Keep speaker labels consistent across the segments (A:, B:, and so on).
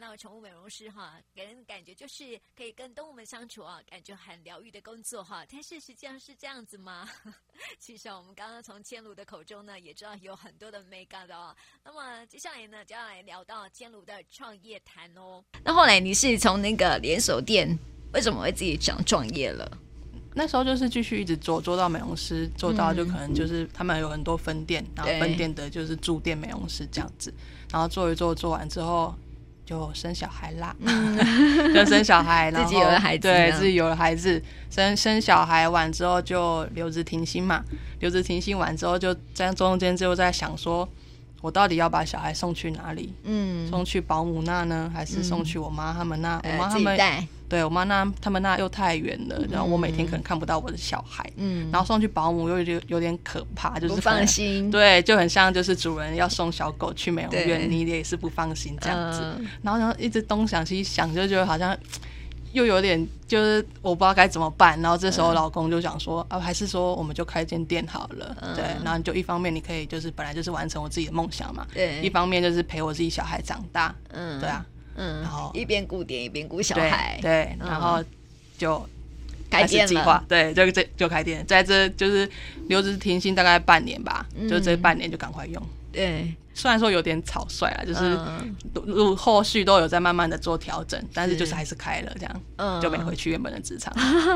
A: 到宠物美容师哈，给人感觉就是可以跟动物们相处啊，感觉很疗愈的工作哈。但是实际上是这样子吗？ 其实啊，我们刚刚从千鲁的口中呢，也知道有很多的 m a k e 的哦。那么接下来呢，就要来聊到千鲁的创业谈哦。那后来你是从那个连锁店，为什么会自己想创业了？
B: 那时候就是继续一直做，做到美容师，做到就可
A: 嗯
B: 能就是他们有很多分店，然后分店的就是驻店美容师这样子，然后做一做，做完之后就生小孩 啦，嗯就生小孩，然后
A: 自己有了孩子
B: 对
A: 呢
B: 自己有了孩子，生生小孩完之后就留职停薪嘛，留职停薪完之后就在中间就在想说，我到底要把小孩送去哪里？
A: 嗯，
B: 送去保姆那呢，还是送去我妈他们那？我妈
A: 呃，
B: 他
A: 自己
B: 们
A: 带，
B: 对我妈那他们那又太远了，然后我每天可能看不到我的小孩，
A: 嗯，
B: 然后送去保姆又有点有点可怕，就是
A: 不
B: 可能
A: 放。心，
B: 对，就很像就是主人要送小狗去美容
A: 对
B: 院，你也是不放心这样子，
A: 嗯
B: 然后然后一直东想西想，就觉得好像又有点就是我不知道该怎么办。然后这时
A: 嗯
B: 候老公就想说、啊，还是说我们就开间店好了，
A: 嗯
B: 对。然后就一方面你可以就是本来就是完成我自己的梦想嘛，
A: 对
B: 一方面就是陪我自己小孩长大，
A: 嗯，
B: 对啊，
A: 嗯，
B: 然后
A: 一边顾店一边顾小
B: 对
A: 孩，
B: 对，
A: 嗯
B: 然后就
A: 改
B: 开始
A: 变
B: 计
A: 了
B: 划，，对，就这就开店，在这就是留职停薪大概半年吧，就
A: 嗯
B: 这半年就赶快用。
A: 对，
B: 虽然说有点草率啊，就是
A: 嗯
B: 路路后续都有在慢慢的做调整，但是就是还是开了这样，
A: 嗯
B: 就没回去原本的职场。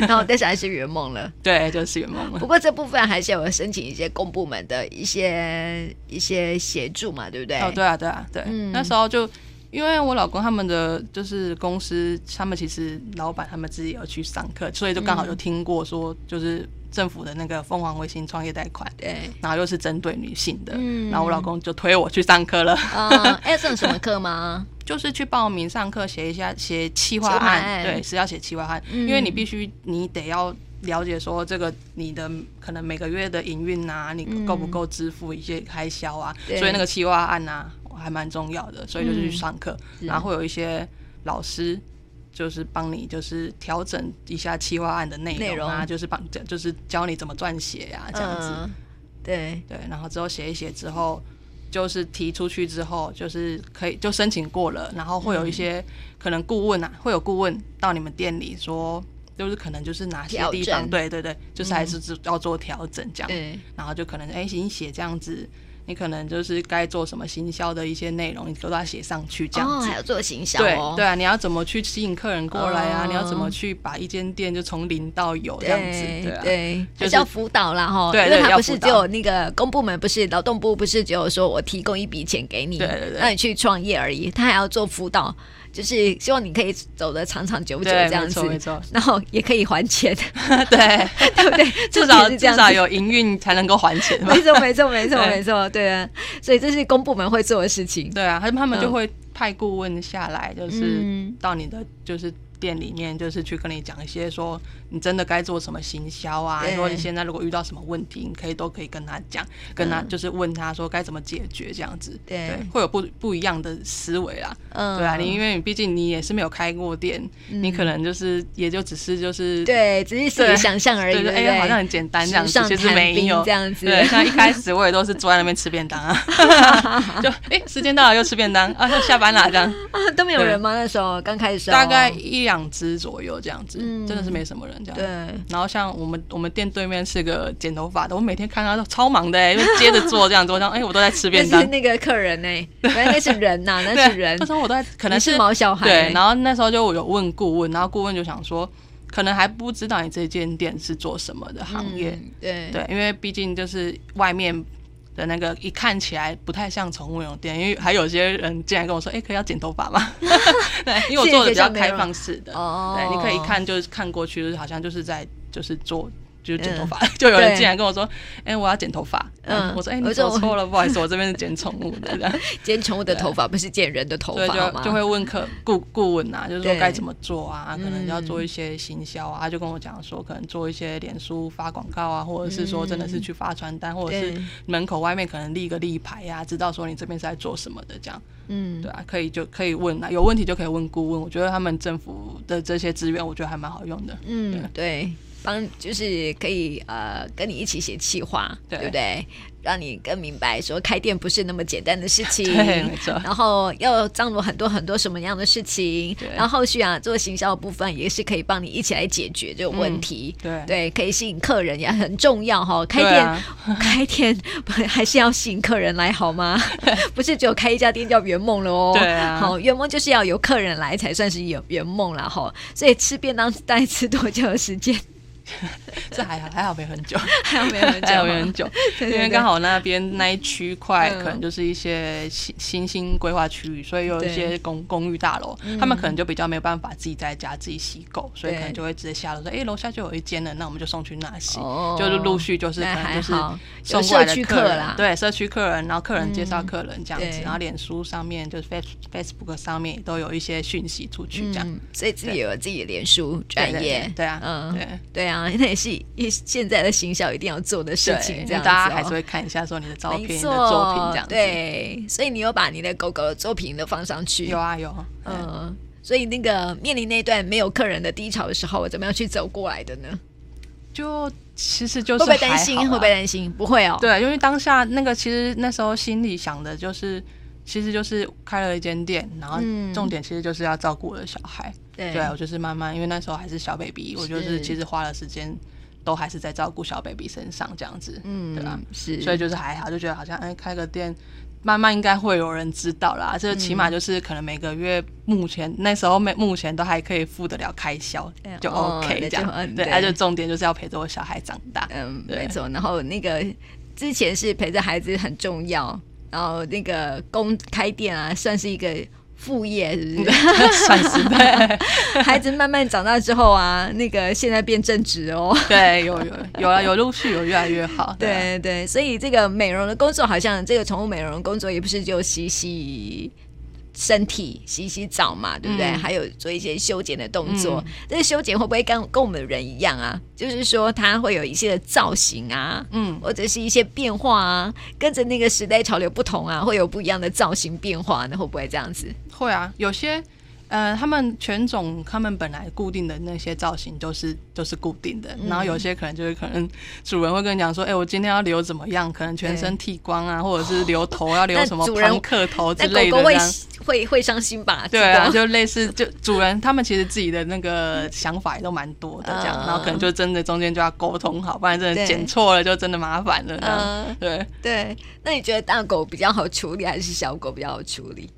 A: 然后但是还是圆梦了。
B: 对，就是圆梦
A: 不
B: 了。
A: 过这部分还是有申请一些公部门的一些一些协助嘛，对不 对？
B: 哦，对啊，对啊，对，
A: 嗯
B: 那时候就。因为我老公他们的就是公司，他们其实老板他们自己有去上课，所以就
A: 嗯
B: 刚好就听过说，就是政府的那个凤凰微星创业贷款，
A: 对，
B: 然后又是针对女性的，
A: 嗯
B: 然后我老公就推我去上课了。
A: 嗯，哎，上什么课吗？
B: 就是去报名上课，写一下写企划
A: 企划
B: 案，
A: 案
B: 对，是要写企划案，
A: 嗯
B: 因为你必须你得要了解说这个你的可能每个月的营运啊，你够不够支付一些开销啊，
A: 嗯对嗯
B: 所以那个企划案啊还蛮重要的，所以就是去上课，
A: 是
B: 然后会有一些老师。就是帮你，就是调整一下企划案的内容啊，
A: 内容
B: 就是帮，就是教你怎么撰写呀、啊， 这样子。
A: 嗯，对，
B: 对，然后之后写一写之后，就是提出去之后，就是可以就申请过了，然后
A: 嗯
B: 会有一些、可能顾问啊，会有顾问到你们店里说，就是可能就是哪些
A: 调
B: 地
A: 整嗯
B: 方，对对对，就是还是只要做调整这样，
A: 对，
B: 然后就可能哎，你写这样子，你可能就是该做什么行销的一些内容，你都要写上去这样
A: 哦，
B: 子。
A: 还要做行销
B: 对
A: 哦，
B: 对啊，你要怎么去吸引客人过来啊？
A: 哦
B: 你要怎么去把一间店就从零到有这样子？对啊，
A: 对，
B: 就
A: 还
B: 是
A: 是要辅导啦哈，
B: 对
A: 因为
B: 对
A: 他
B: 要
A: 不是
B: 辅
A: 只
B: 导
A: 有那个公部门，不是劳动部，不是只有说我提供一笔钱给你，
B: 对对对
A: 让你去创业而已，他还要做辅导，就是希望你可以走得长长久久
B: 对
A: 这样
B: 没
A: 子
B: 错没错，
A: 然后也可以还钱，
B: 啊 对，
A: 对不对？重
B: 至
A: 点
B: 少
A: 是
B: 至
A: 这样
B: 少
A: 子。
B: 有营运才能够还钱嘛
A: 没。错，没错，没错，
B: 对
A: 没错，对啊，所以这是公部门会做的事情。
B: 对啊，他们他们
A: 嗯
B: 就会派顾问下来，就是
A: 嗯
B: 到你的就是店里面，就是去跟你讲一些说你真的该做什么行销啊
A: 对，
B: 说你现在如果遇到什么问题，你可以都可以跟他讲，跟他就是问他说该怎么解决这样子。
A: 嗯对
B: 会有不不一样的思维啦。
A: 嗯，
B: 对啊，你因为你毕竟你也是没有开过店，你可能就是也就只是就是
A: 对，只是自己
B: 对
A: 想象而已，
B: 对
A: 对
B: 对，
A: 不
B: 哎、
A: 对？
B: 好像很简单这样
A: 纸
B: 子
A: 上，
B: 其实
A: 谈
B: 没
A: 兵
B: 有
A: 这样子
B: 对，像一开始我也都是坐在那边吃便当啊， 就哎、时间到了又吃便当啊，下班啦 这样，
A: 啊，都没有
B: 对
A: 人吗？那时候刚开始的时候，
B: 大概一两只左右这样子，
A: 嗯
B: 真的是没什么人这样。
A: 对，
B: 然后像我们我们店对面是个剪头发的，我每天看他都超忙的、哎，就接着做这样做，像哎、我都在吃
A: 那
B: 便当
A: 是。那个客人呢、 原来那是人呐、那是人
B: 那，时候我都在，可能
A: 你是毛小孩
B: 对，然后那时候就我有问顾问，然后顾问就想说，可能还不知道你这间店是做什么的行业，
A: 嗯对
B: 对，因为毕竟就是外面的那个一看起来不太像宠物美容店，因为还有些人进来跟我说：“哎、可以要剪头发吗？” 对，因为我做的比较开放式的，
A: 哦
B: 对，你可以一看就是看过去，就是好像就是在就是做。就是剪头发， 就有
A: 嗯对
B: 人进来跟我说：“哎、我要剪头发。”
A: 嗯
B: 嗯，我说：“哎、
A: 我
B: 你
A: 说
B: 走 错了，不好意思，我这边是剪宠物的。”这样，
A: 剪宠物的头发不是剪人的头
B: 所以
A: 发好
B: 就
A: 吗？
B: 就会问客顾顾问 啊，就是说
A: 对
B: 该怎么做啊，可能
A: 嗯
B: 要做一些行销啊，他就跟我讲说，可能做一些脸书发广告啊，或者是说真的是去发传单，或者是
A: 对
B: 门口外面可能立个立牌呀、啊，知道说你这边是在做什么的，这样
A: 嗯
B: 对啊，可以就可以问啊，有问题就可以问顾问。我觉得他们政府的这些资源，我觉得还蛮好用的。
A: 嗯对。帮就是可以呃跟你一起写企划，
B: 对
A: 不对？让你更明白说开店不是那么简单的事情。
B: 对，没错。
A: 然后要张罗很多很多什么样的事情
B: 对，
A: 然后后续啊做行销的部分也是可以帮你一起来解决这个问题。
B: 嗯对
A: 对，可以吸引客人也很重要哈、开
B: 对
A: 店、
B: 啊
A: 开店不还是要吸引客人来好吗？不是只有开一家店叫圆梦了哦。
B: 对啊
A: 好，圆梦就是要有客人来才算是圆圆梦啦哈。所以吃便当大概吃多久的时间？
B: 这还好，还好没很久，
A: 还 有没有人
B: 还
A: 讲
B: 好没很
A: 吗？
B: 久，
A: 对
B: 因为
A: 对
B: 刚好那边那一区块
A: 嗯
B: 可能就是一些新新兴规划区域，所以有
A: 对嗯
B: 一些公公寓大楼，他们可能就比较没有办法自己在家自己洗狗，所以可能就会直接下楼说，哎，楼下就有一间了，那我们就送去那洗，
A: 嗯哦
B: 就是陆续就是可
A: 那
B: 能
A: 还
B: 就是
A: 好，有
B: 送过来
A: 社
B: 的
A: 区
B: 客
A: 客
B: 人，
A: 啦，
B: 对社区客人，然后客人介绍
A: 嗯
B: 客人这样子，
A: 对
B: 然后脸书上面就是 Face Facebook 上面也都有一些讯息出去这样，
A: 嗯，所以自己有自己的脸书
B: 对
A: 专
B: 对
A: 业
B: 对，对啊，
A: 嗯，
B: 对。
A: 对啊， 那也是一现在的行销一定要做的事
B: 对
A: 情，
B: 因
A: 这
B: 为
A: 样子、哦。
B: 大家还是会看一下说你的照片、
A: 没
B: 你的
A: 错，
B: 作品这样子。，
A: 对，所以你有把你的狗狗的作品都放上去。
B: 有啊有啊，嗯，
A: 嗯，所以那个面临那段没有客人的低潮的时候，我怎么样去走过来的呢？
B: 就其实就
A: 会
B: 是
A: 不会担心？
B: 还
A: 会
B: 好啊
A: 不会担心？不会哦。
B: 对，因为当下那个其实那时候心里想的就是，其实就是开了一间店，然后
A: 嗯
B: 重点其实就是要照顾我的小孩。
A: 对
B: 对，啊我就是慢慢，因为那时候还是小 baby，我就是
A: 是
B: 其实花了时间都还是在照顾小 baby 身上这样子。
A: 嗯，
B: 对啊，
A: 是，
B: 所以就是还好，就觉得好像哎，开个店，慢慢应该会有人知道啦。
A: 嗯
B: 这起码就是可能每个月，目前那时候每目前都还可以付得了开销
A: 嗯，
B: 就
A: 哦
B: OK
A: 那
B: 这
A: 就
B: 样。
A: 嗯
B: 对，
A: 对
B: 而且重点就是要陪着我小孩长 大。
A: 嗯，
B: 对
A: 没错。然后那个之前是陪着孩子很重要，然后那个公开店啊，算是一个副业，是 不是？
B: 算是对
A: 孩子慢慢长大之后啊，那个现在变正直哦。
B: 对，有有有啊，有陆续有越来越好。啊，
A: 对对，所以这个美容的工作，好像这个宠物美容工作也不是就洗洗身体、洗洗澡嘛，对不对？
B: 嗯
A: 还有做一些修剪的动作。这个修剪会不会跟跟我们人一样啊？就是说它会有一些的造型啊。
B: 嗯，
A: 或者是一些变化啊，跟着那个时代潮流不同啊，会有不一样的造型变化，那会不会这样子？
B: 会啊，有些。呃，他们犬种，他们本来固定的那些造型都是都是固定
A: 嗯
B: 的，然后有些可能就是可能主人会跟你讲说，哎、我今天要留怎么样，可能全身剃光啊，或者是留头要留
A: 那
B: 什么
A: 主人
B: 朋克头哦之
A: 那
B: 类
A: 狗狗
B: 的这
A: 会
B: 样。
A: 会会伤心吧？
B: 对啊，
A: 这个
B: 就类似就主人他们其实自己的那个想法也都蛮多的这样，
A: 嗯
B: 然后可能就真的中间就要沟通好，不然真
A: 对
B: 的剪错了就真的麻烦了这样。
A: 嗯
B: 对，
A: 对。那你觉得大狗比较好处理，还是小狗比较好处理？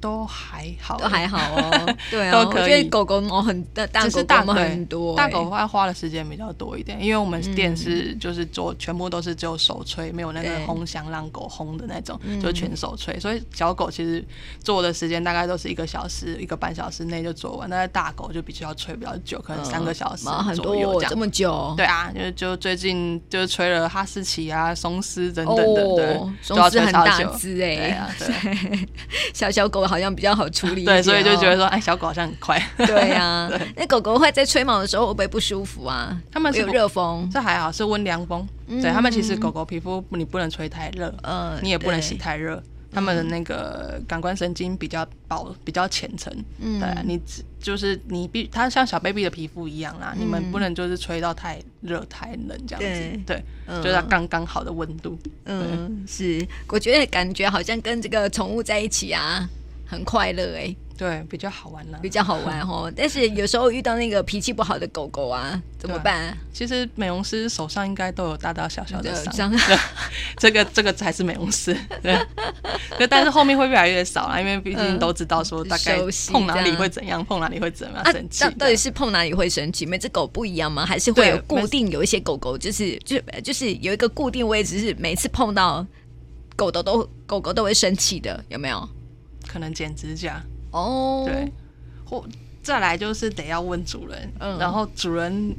B: 都还好，
A: 都还好哦，对啊，
B: 都
A: 我
B: 可以
A: 觉得狗狗毛很大，大狗
B: 只是
A: 狗
B: 大
A: 毛
B: 对
A: 很多、
B: 大
A: 欸嗯
B: 狗花花的时间比较多一点，因为我们店是就是做全部都是只有手吹，没有那个
A: 对
B: 烘箱让狗烘的那种
A: 嗯，
B: 就全手吹。所以小狗其实做的时间大概都是一个小时、一个半小时内就做完，但是大狗就比较吹比较久，可能
A: 嗯
B: 三个小时
A: 毛很
B: 左右
A: 多哦
B: 这
A: 这
B: 样。
A: 么久，
B: 对啊，就就最近就吹了哈士奇啊、松狮等等的，对
A: 哦，，
B: 都要
A: 松狮
B: 吹
A: 很
B: 超
A: 大
B: 久。
A: 只
B: 对
A: 哎、
B: 啊，对啊
A: 小小狗好像比较好处理一点哦、
B: 对，所以就觉得说，哎，小狗好像很快。
A: 对 啊，那狗狗会在吹毛的时候会不会不舒服啊？
B: 它们
A: 会
B: 是
A: 有
B: 不
A: 热 风，
B: 这还好，是温凉风。对他们其实狗狗皮肤你不能吹太热，
A: 嗯呃，
B: 你也不能洗
A: 对，
B: 太热，他们的那个感官神经比较薄，比较浅层。
A: 嗯
B: 对啊，你只就是你必它像小 baby 的皮肤一样啊
A: 嗯
B: 啦，你们不能就是吹到太热太冷这样子，对，
A: 嗯
B: 就是它刚刚好的温度。
A: 嗯，是，我觉得感觉好像跟这个宠物在一起啊，很快乐哎、
B: 对，比较好玩啦
A: 比。较好玩哦。但是有时候遇到那个脾气不好的狗狗啊，怎么办？
B: 其实美容师手上应该都有大大小小的
A: 呃
B: 伤，
A: 伤
B: 这个这个才是美容师。 对，对但是后面会越来越少啊啦，因为毕竟
A: 嗯
B: 都知道说大概
A: 熟悉
B: 碰哪
A: 这
B: 里
A: 样
B: 会怎样，碰哪里会怎么样
A: 啊
B: 生，气
A: 到
B: 的。
A: 到底是碰哪里会生气？每只狗不一样吗？还是会
B: 对
A: 有固
B: 每
A: 定有一些狗狗，就是就就是有一个固定位置，是每次碰到狗都都狗狗都会生气的，有没有？
B: 可能剪指甲，
A: 哦，
B: 对，或再来就是得要问主人，
A: 嗯
B: 然后主人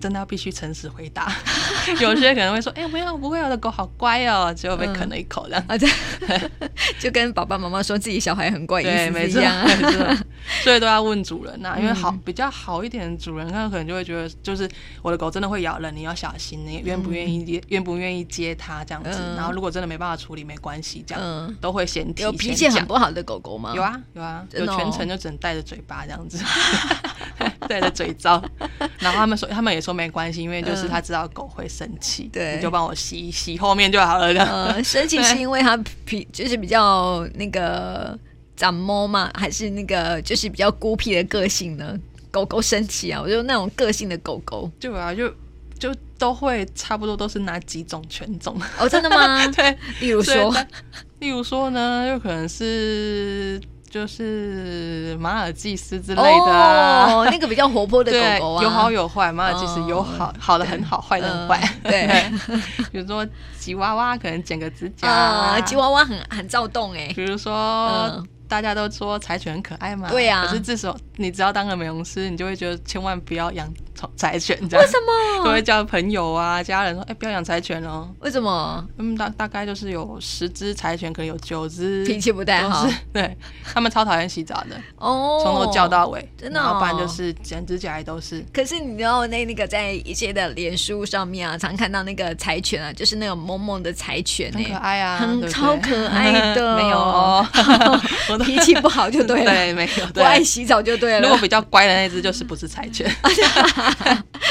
B: 真的要必须诚实回答。 有些可能会说：“哎、没有，不会啊，我的狗好乖哦。”结果被啃了一口这样。
A: 啊，对， 就跟爸爸妈妈说自己小孩很怪，意
B: 对，
A: 思
B: 没
A: 是
B: 错，
A: 一样嗯啊。
B: 没 错， 所以都要问主人呐、啊因为好比较好一点的主人，他可能就会觉得，就是我的狗真的会咬人，你要小心，你愿不愿意接，愿不愿意接它这样子。
A: 嗯
B: 然后如果真的没办法处理，没关系，这样、
A: 嗯，
B: 都会先提
A: 有脾
B: 前
A: 气很
B: 讲
A: 不好的狗狗吗？
B: 有，啊有啊，
A: 真
B: 有
A: 的哦
B: 全程就只能带着嘴巴这样子。对的嘴罩。然后他们说，他们也说没关系，因为就是他知道狗会生气，
A: 对
B: 你就帮我洗洗后面就好了。这样
A: 呃，生气是因为它皮就是比较那个长毛嘛，还是那个就是比较孤僻的个性呢？狗狗生气啊，我就那种个性的狗狗。
B: 就啊，就就都会差不多都是哪几种犬 种。？
A: 哦，真的吗
B: 对，
A: 例如
B: 所以
A: 说，
B: 它例如说呢，有可能是就是马尔济斯之类的啊。
A: 哦，那个比较活泼的
B: 对，
A: 狗狗啊，
B: 有好有坏，马尔济斯
A: 哦
B: 有好、好的很好，坏的很坏。
A: 嗯对
B: 比如说吉娃娃可能剪个指甲
A: 啊，吉娃娃很很躁动哎，
B: 比如说、
A: 嗯
B: 大家都说柴犬很可爱嘛，
A: 对啊
B: 可是至少你只要当了美容师，你就会觉得千万不要养宠柴犬这样。为什
A: 么
B: 都会叫朋友啊、家人说，哎、不要养柴犬哦。
A: 为什么
B: 嗯，大大概就是有十只柴犬，可能有九只
A: 脾气不太好
B: 都是？ 对，他们超讨厌洗澡的，
A: 哦，
B: 从头叫到尾，
A: 真的
B: 然后不然
A: 哦
B: 就是剪指甲也都是。
A: 可是你知道那那个在一些的脸书上面啊，常看到那个柴犬啊，就是那种萌萌的柴犬
B: 很可
A: 哎、
B: 爱啊，
A: 很
B: 对不对
A: 超可爱的
B: 没有 哦，我都
A: 脾气不好就对了，
B: 对，没有
A: 不爱
B: 对。
A: 洗澡就对
B: 如果
A: 了，啊
B: 比较乖的那只，就是不是柴 犬，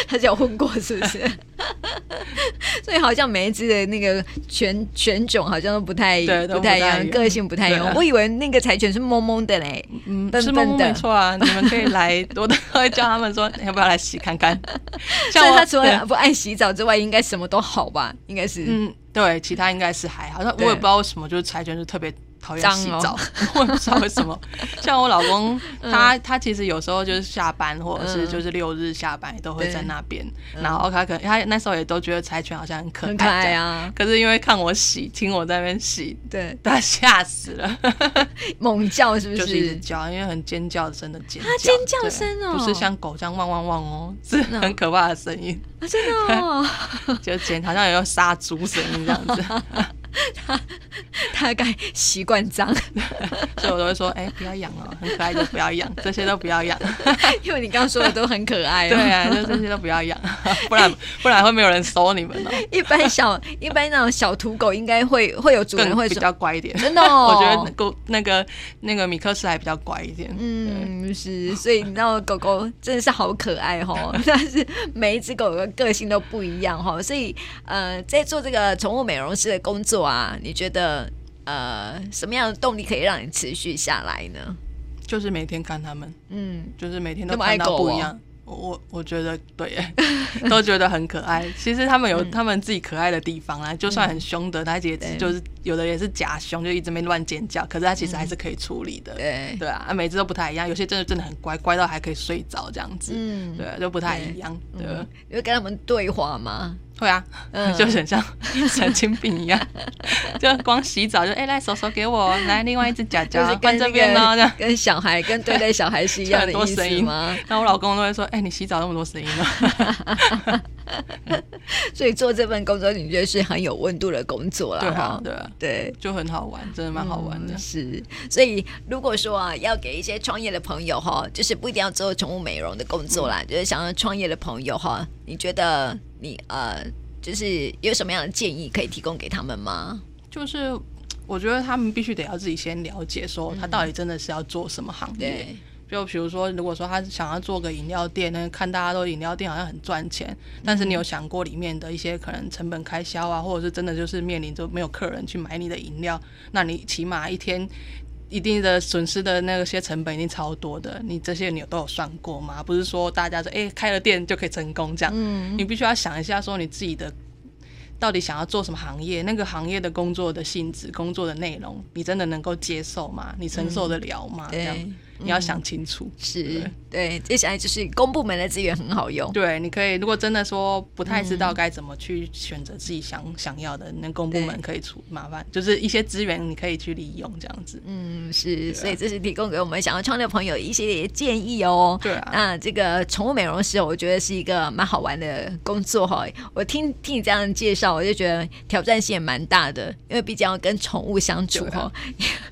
A: 它就有混过是 不是？所以好像每一只的那个犬犬种好像都不太
B: 对都
A: 不太一
B: 不太一
A: 样，
B: 样
A: 个性不太一
B: 对
A: 样
B: 啊。
A: 我以为那个柴犬是萌萌的嘞，
B: 嗯，
A: 笨
B: 是
A: 笨
B: 萌萌
A: 的
B: 没错啊。你们可以来，我都会叫他们说 要不要来洗看 看。
A: 所
B: 像
A: 以
B: 我
A: 它除
B: 对
A: 了不爱洗澡之外，应该什么都好吧？应该是、
B: 嗯，对，其他应该是还好。那我
A: 对
B: 也不知道为什么，就是柴犬就特别讨厌
A: 脏
B: 洗
A: 哦
B: 澡， 我也不知道 为什么。像我老公，他他其实有时候就是下班或者是
A: 嗯
B: 就是六日下班也都会
A: 对
B: 在那边，然后他可能他那时候也都觉得柴犬好像很可爱，
A: 很可爱。啊，
B: 可是因为看我洗，听我在那边洗，
A: 对，
B: 他吓死 了，
A: 猛叫是不
B: 就是一直叫，因为很尖叫声的尖叫，啊
A: 尖叫声哦
B: 不是像狗这样汪汪汪哦，是
A: 的哦
B: 很可怕的声音，
A: 啊，真的、 哦，
B: 就尖，好像有杀猪声音这样子。
A: 大概习惯 脏，
B: 所以我都会说，哎、不要养哦，很可爱就不要养，这些都不要养。
A: 因为你刚刚说的都很可爱、哦。
B: 对 啊，就这些都不要养，不然不然会没有人收你们哦。
A: 一般小一般那种小土狗应该会会有主人
B: 更
A: 会
B: 比
A: 说，
B: 较乖一点，
A: 真的、哦，
B: 我觉得那个那个那个米克斯还比较乖一点。
A: 嗯，是，所以你知道狗狗真的是好可爱哦， 但是每一只狗狗的个性都不一样哦，所以呃，在做这个宠物美容师的工作啊，你觉得呃什么样的动力可以让你持续下来呢？
B: 就是每天看他们，
A: 嗯，
B: 就是每天
A: 那
B: 都
A: 么爱
B: 看到
A: 狗
B: 不
A: 哦
B: 一样。我我我觉得对耶，都觉得很可爱。其实他们有他们自己可爱的地方啦，就算很凶的，他也
A: 嗯对
B: 就是有的也是假凶，就一直没乱尖叫，可是他其实还是可以处理的。
A: 嗯对，
B: 对啊，啊每只都不太一样，有些真的真的很乖，乖到还可以睡着这样子，
A: 嗯，
B: 对，啊都不太一样，对，啊
A: 嗯，你会跟他们对话吗？
B: 会啊，
A: 嗯
B: 就是 很像神经病一样，就光洗澡就哎、来手手给我，来另外一只脚
A: 就
B: 脚
A: 是
B: 啊换
A: 跟
B: 这
A: 那
B: 边哦，这样
A: 个。跟小孩跟对待小孩是一样 的
B: 就很多
A: 意
B: 声
A: 思
B: 音
A: 吗？
B: 然后我老公都会说：“哎、你洗澡那么多声音哦了，
A: 所以做这份工作，你觉得是很有温度的工作了
B: 对啊
A: 哈，？
B: 对啊，
A: 对，
B: 就很好玩，真的蛮好玩的
A: 嗯。是，所以如果说啊，要给一些创业的朋友哈，就是不一定要做宠物美容的工作
B: 嗯
A: 啦，就是想要创业的朋友哈，你觉得你呃，就是有什么样的建议可以提供给他们吗？
B: 就是我觉得他们必须得要自己先了解，说他到底真的是要做什么行
A: 嗯
B: 业。
A: 对，
B: 就比如说，如果说他想要做个饮料店呢，看大家都饮料店好像很赚钱，但是你有想过里面的一些可能成本开销啊，或者是真的就是面临着没有客人去买你的饮料，那你起码一天一定的损失的那些成本一定超多的，你这些你有都有算过吗？不是说大家说哎、诶开了店就可以成功这样，
A: 嗯
B: 你必须要想一下说你自己的。到底想要做什么行业？那个行业的工作的性质、工作的内容，你真的能够接受吗？你承受得了吗？这样
A: 对，
B: 你要想清楚。
A: 是，对，接下来就是公部门的资源很好用，
B: 对，你可以如果真的说不太知道该怎么去选择自己想、想要的，那公
A: 嗯
B: 部
A: 对
B: 门可以出麻烦，就是一些资源你可以去利用这样子。
A: 嗯，
B: 啊
A: 是，所以这是提供给我们想要创业的朋友一些建议哦。
B: 对啊
A: 那这个宠物美容师，我觉得是一个蛮好玩的工作哈、我听听你这样介绍，我就觉得挑战性也蛮大的，因为毕竟要跟宠物相处
B: 对
A: 哈、
B: 啊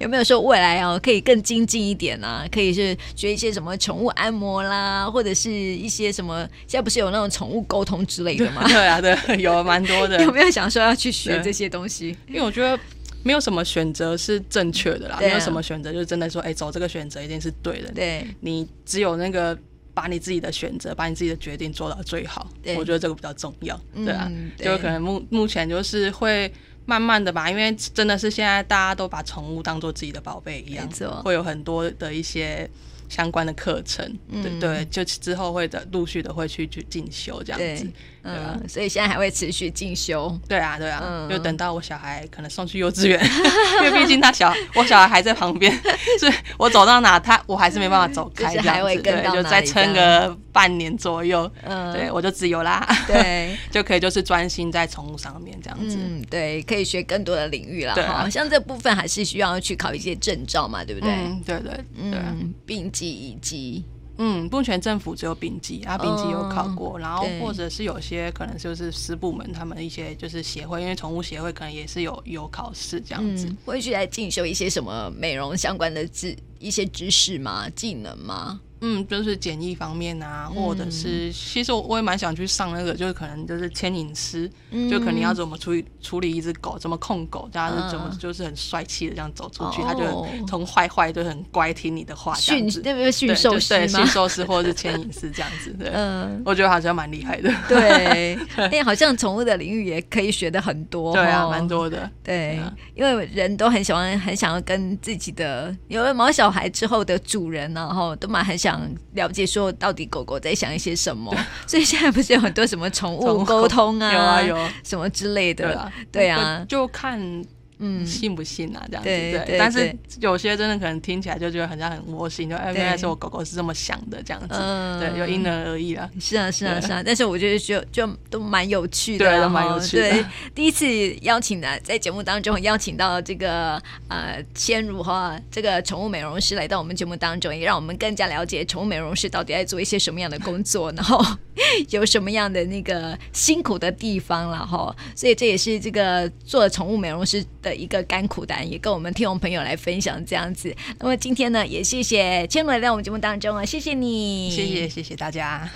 A: 有没有说未来哦，可以更精进一点啊？可以是学一些什么宠物按摩啦，或者是一些什么？现在不是有那种宠物沟通之类的吗？
B: 对啊，对，有蛮多的，
A: 有没有想说要去学
B: 对啊
A: 这些东西？
B: 因为我觉得。没有什么选择是正确的啦，
A: 对啊
B: 没有什么选择就是真的说，哎、走这个选择一定是对的。
A: 对，
B: 你只有那个把你自己的选择，把你自己的决定做到最好
A: 对。
B: 我觉得这个比较重要，对啊，
A: 嗯对
B: 就可能目目前就是会慢慢的吧，因为真的是现在大家都把宠物当做自己的宝贝一样
A: 没错，
B: 会有很多的一些相关的课程，对
A: 嗯
B: 对，就之后会的陆续的会去去进修这样
A: 对。
B: 子对啊
A: 嗯，所以现在还会持续进修。
B: 对啊，对啊，
A: 嗯
B: 就等到我小孩可能送去幼稚园， 因为毕竟他小， 我小孩还在旁边， 所以我走到哪他我还是没办法走开，
A: 就
B: 这
A: 是还
B: 样
A: 会
B: 子，
A: 跟
B: 对，
A: 到
B: 就
A: 哪
B: 再
A: 里
B: 撑
A: 这样
B: 个半年左右，
A: 嗯，
B: 对我就自由啦，
A: 对，
B: 就可以就是专心在宠物上面这样 子。
A: 嗯，对，可以学更多的领域了
B: 对啊
A: 哈。像这部分还是需要去考一些证照嘛，对不对？
B: 嗯，对对对啊，
A: 嗯，并记以及
B: 嗯，目前政府只有丙级，啊，丙级有考过，然后
A: 嗯对
B: 或者是有些可能就是私部门他们一些就是协会，因为宠物协会可能也是有有考试这样子。
A: 嗯，会去来进修一些什么美容相关的知一些知识吗？技能吗？
B: 嗯，就是简易方面啊，或者是、
A: 嗯
B: 其实我我也蛮想去上那个，就是可能就是牵引师，
A: 嗯
B: 就可能要怎么处理处理一只狗，怎么控狗，大家是怎么
A: 嗯
B: 就是很帅气的这样走出去，
A: 哦
B: 它就从坏坏就很乖听你的话这
A: 驯
B: 样子，
A: 那个驯
B: 对
A: 兽
B: 就对
A: 师吗
B: 驯？兽师或者是牵引师这样子，对，
A: 嗯，
B: 我觉得好像蛮厉害的，
A: 对， 哎，好像宠物的领域也可以学的很多，
B: 对啊，
A: 哦
B: 蛮多的，
A: 对
B: 啊，
A: 因为人都很喜欢，很想要跟自己的有了毛小孩之后的主人呢、然后都蛮很想了解说到底狗狗在想一些什 么。所以现在不是有很多什么宠
B: 宠
A: 物
B: 物
A: 沟通啊，
B: 有啊有，
A: 什么之类
B: 对
A: 的
B: 啊，，
A: 对啊，
B: 就就看
A: 嗯，
B: 信不信啊，这样子
A: 对对
B: 对。但是
A: 对
B: 有些真的可能听起来就觉得很像很窝心，就哎，
A: 对
B: 原来是我狗狗是这么想的这样子，
A: 嗯
B: 对，就因人而异啦。
A: 是啊，是啊，
B: 对
A: 是啊，但是我觉得就就都蛮有趣的
B: 对
A: 啦，
B: 都蛮
A: 哈
B: 有趣的
A: 对，第一次邀请的在节目当中邀请到这个呃千如哈这个宠物美容师来到我们节目当中，也让我们更加了解宠物美容师到底在做一些什么样的工作，然后 有什么样的那个辛苦的地方了哈。所以这也是这个做宠物美容师的一个甘苦谈，也跟我们听众朋友来分享这样子。那么今天呢，也谢谢千如来到我们节目当中啊，谢谢你，
B: 谢谢谢谢大家。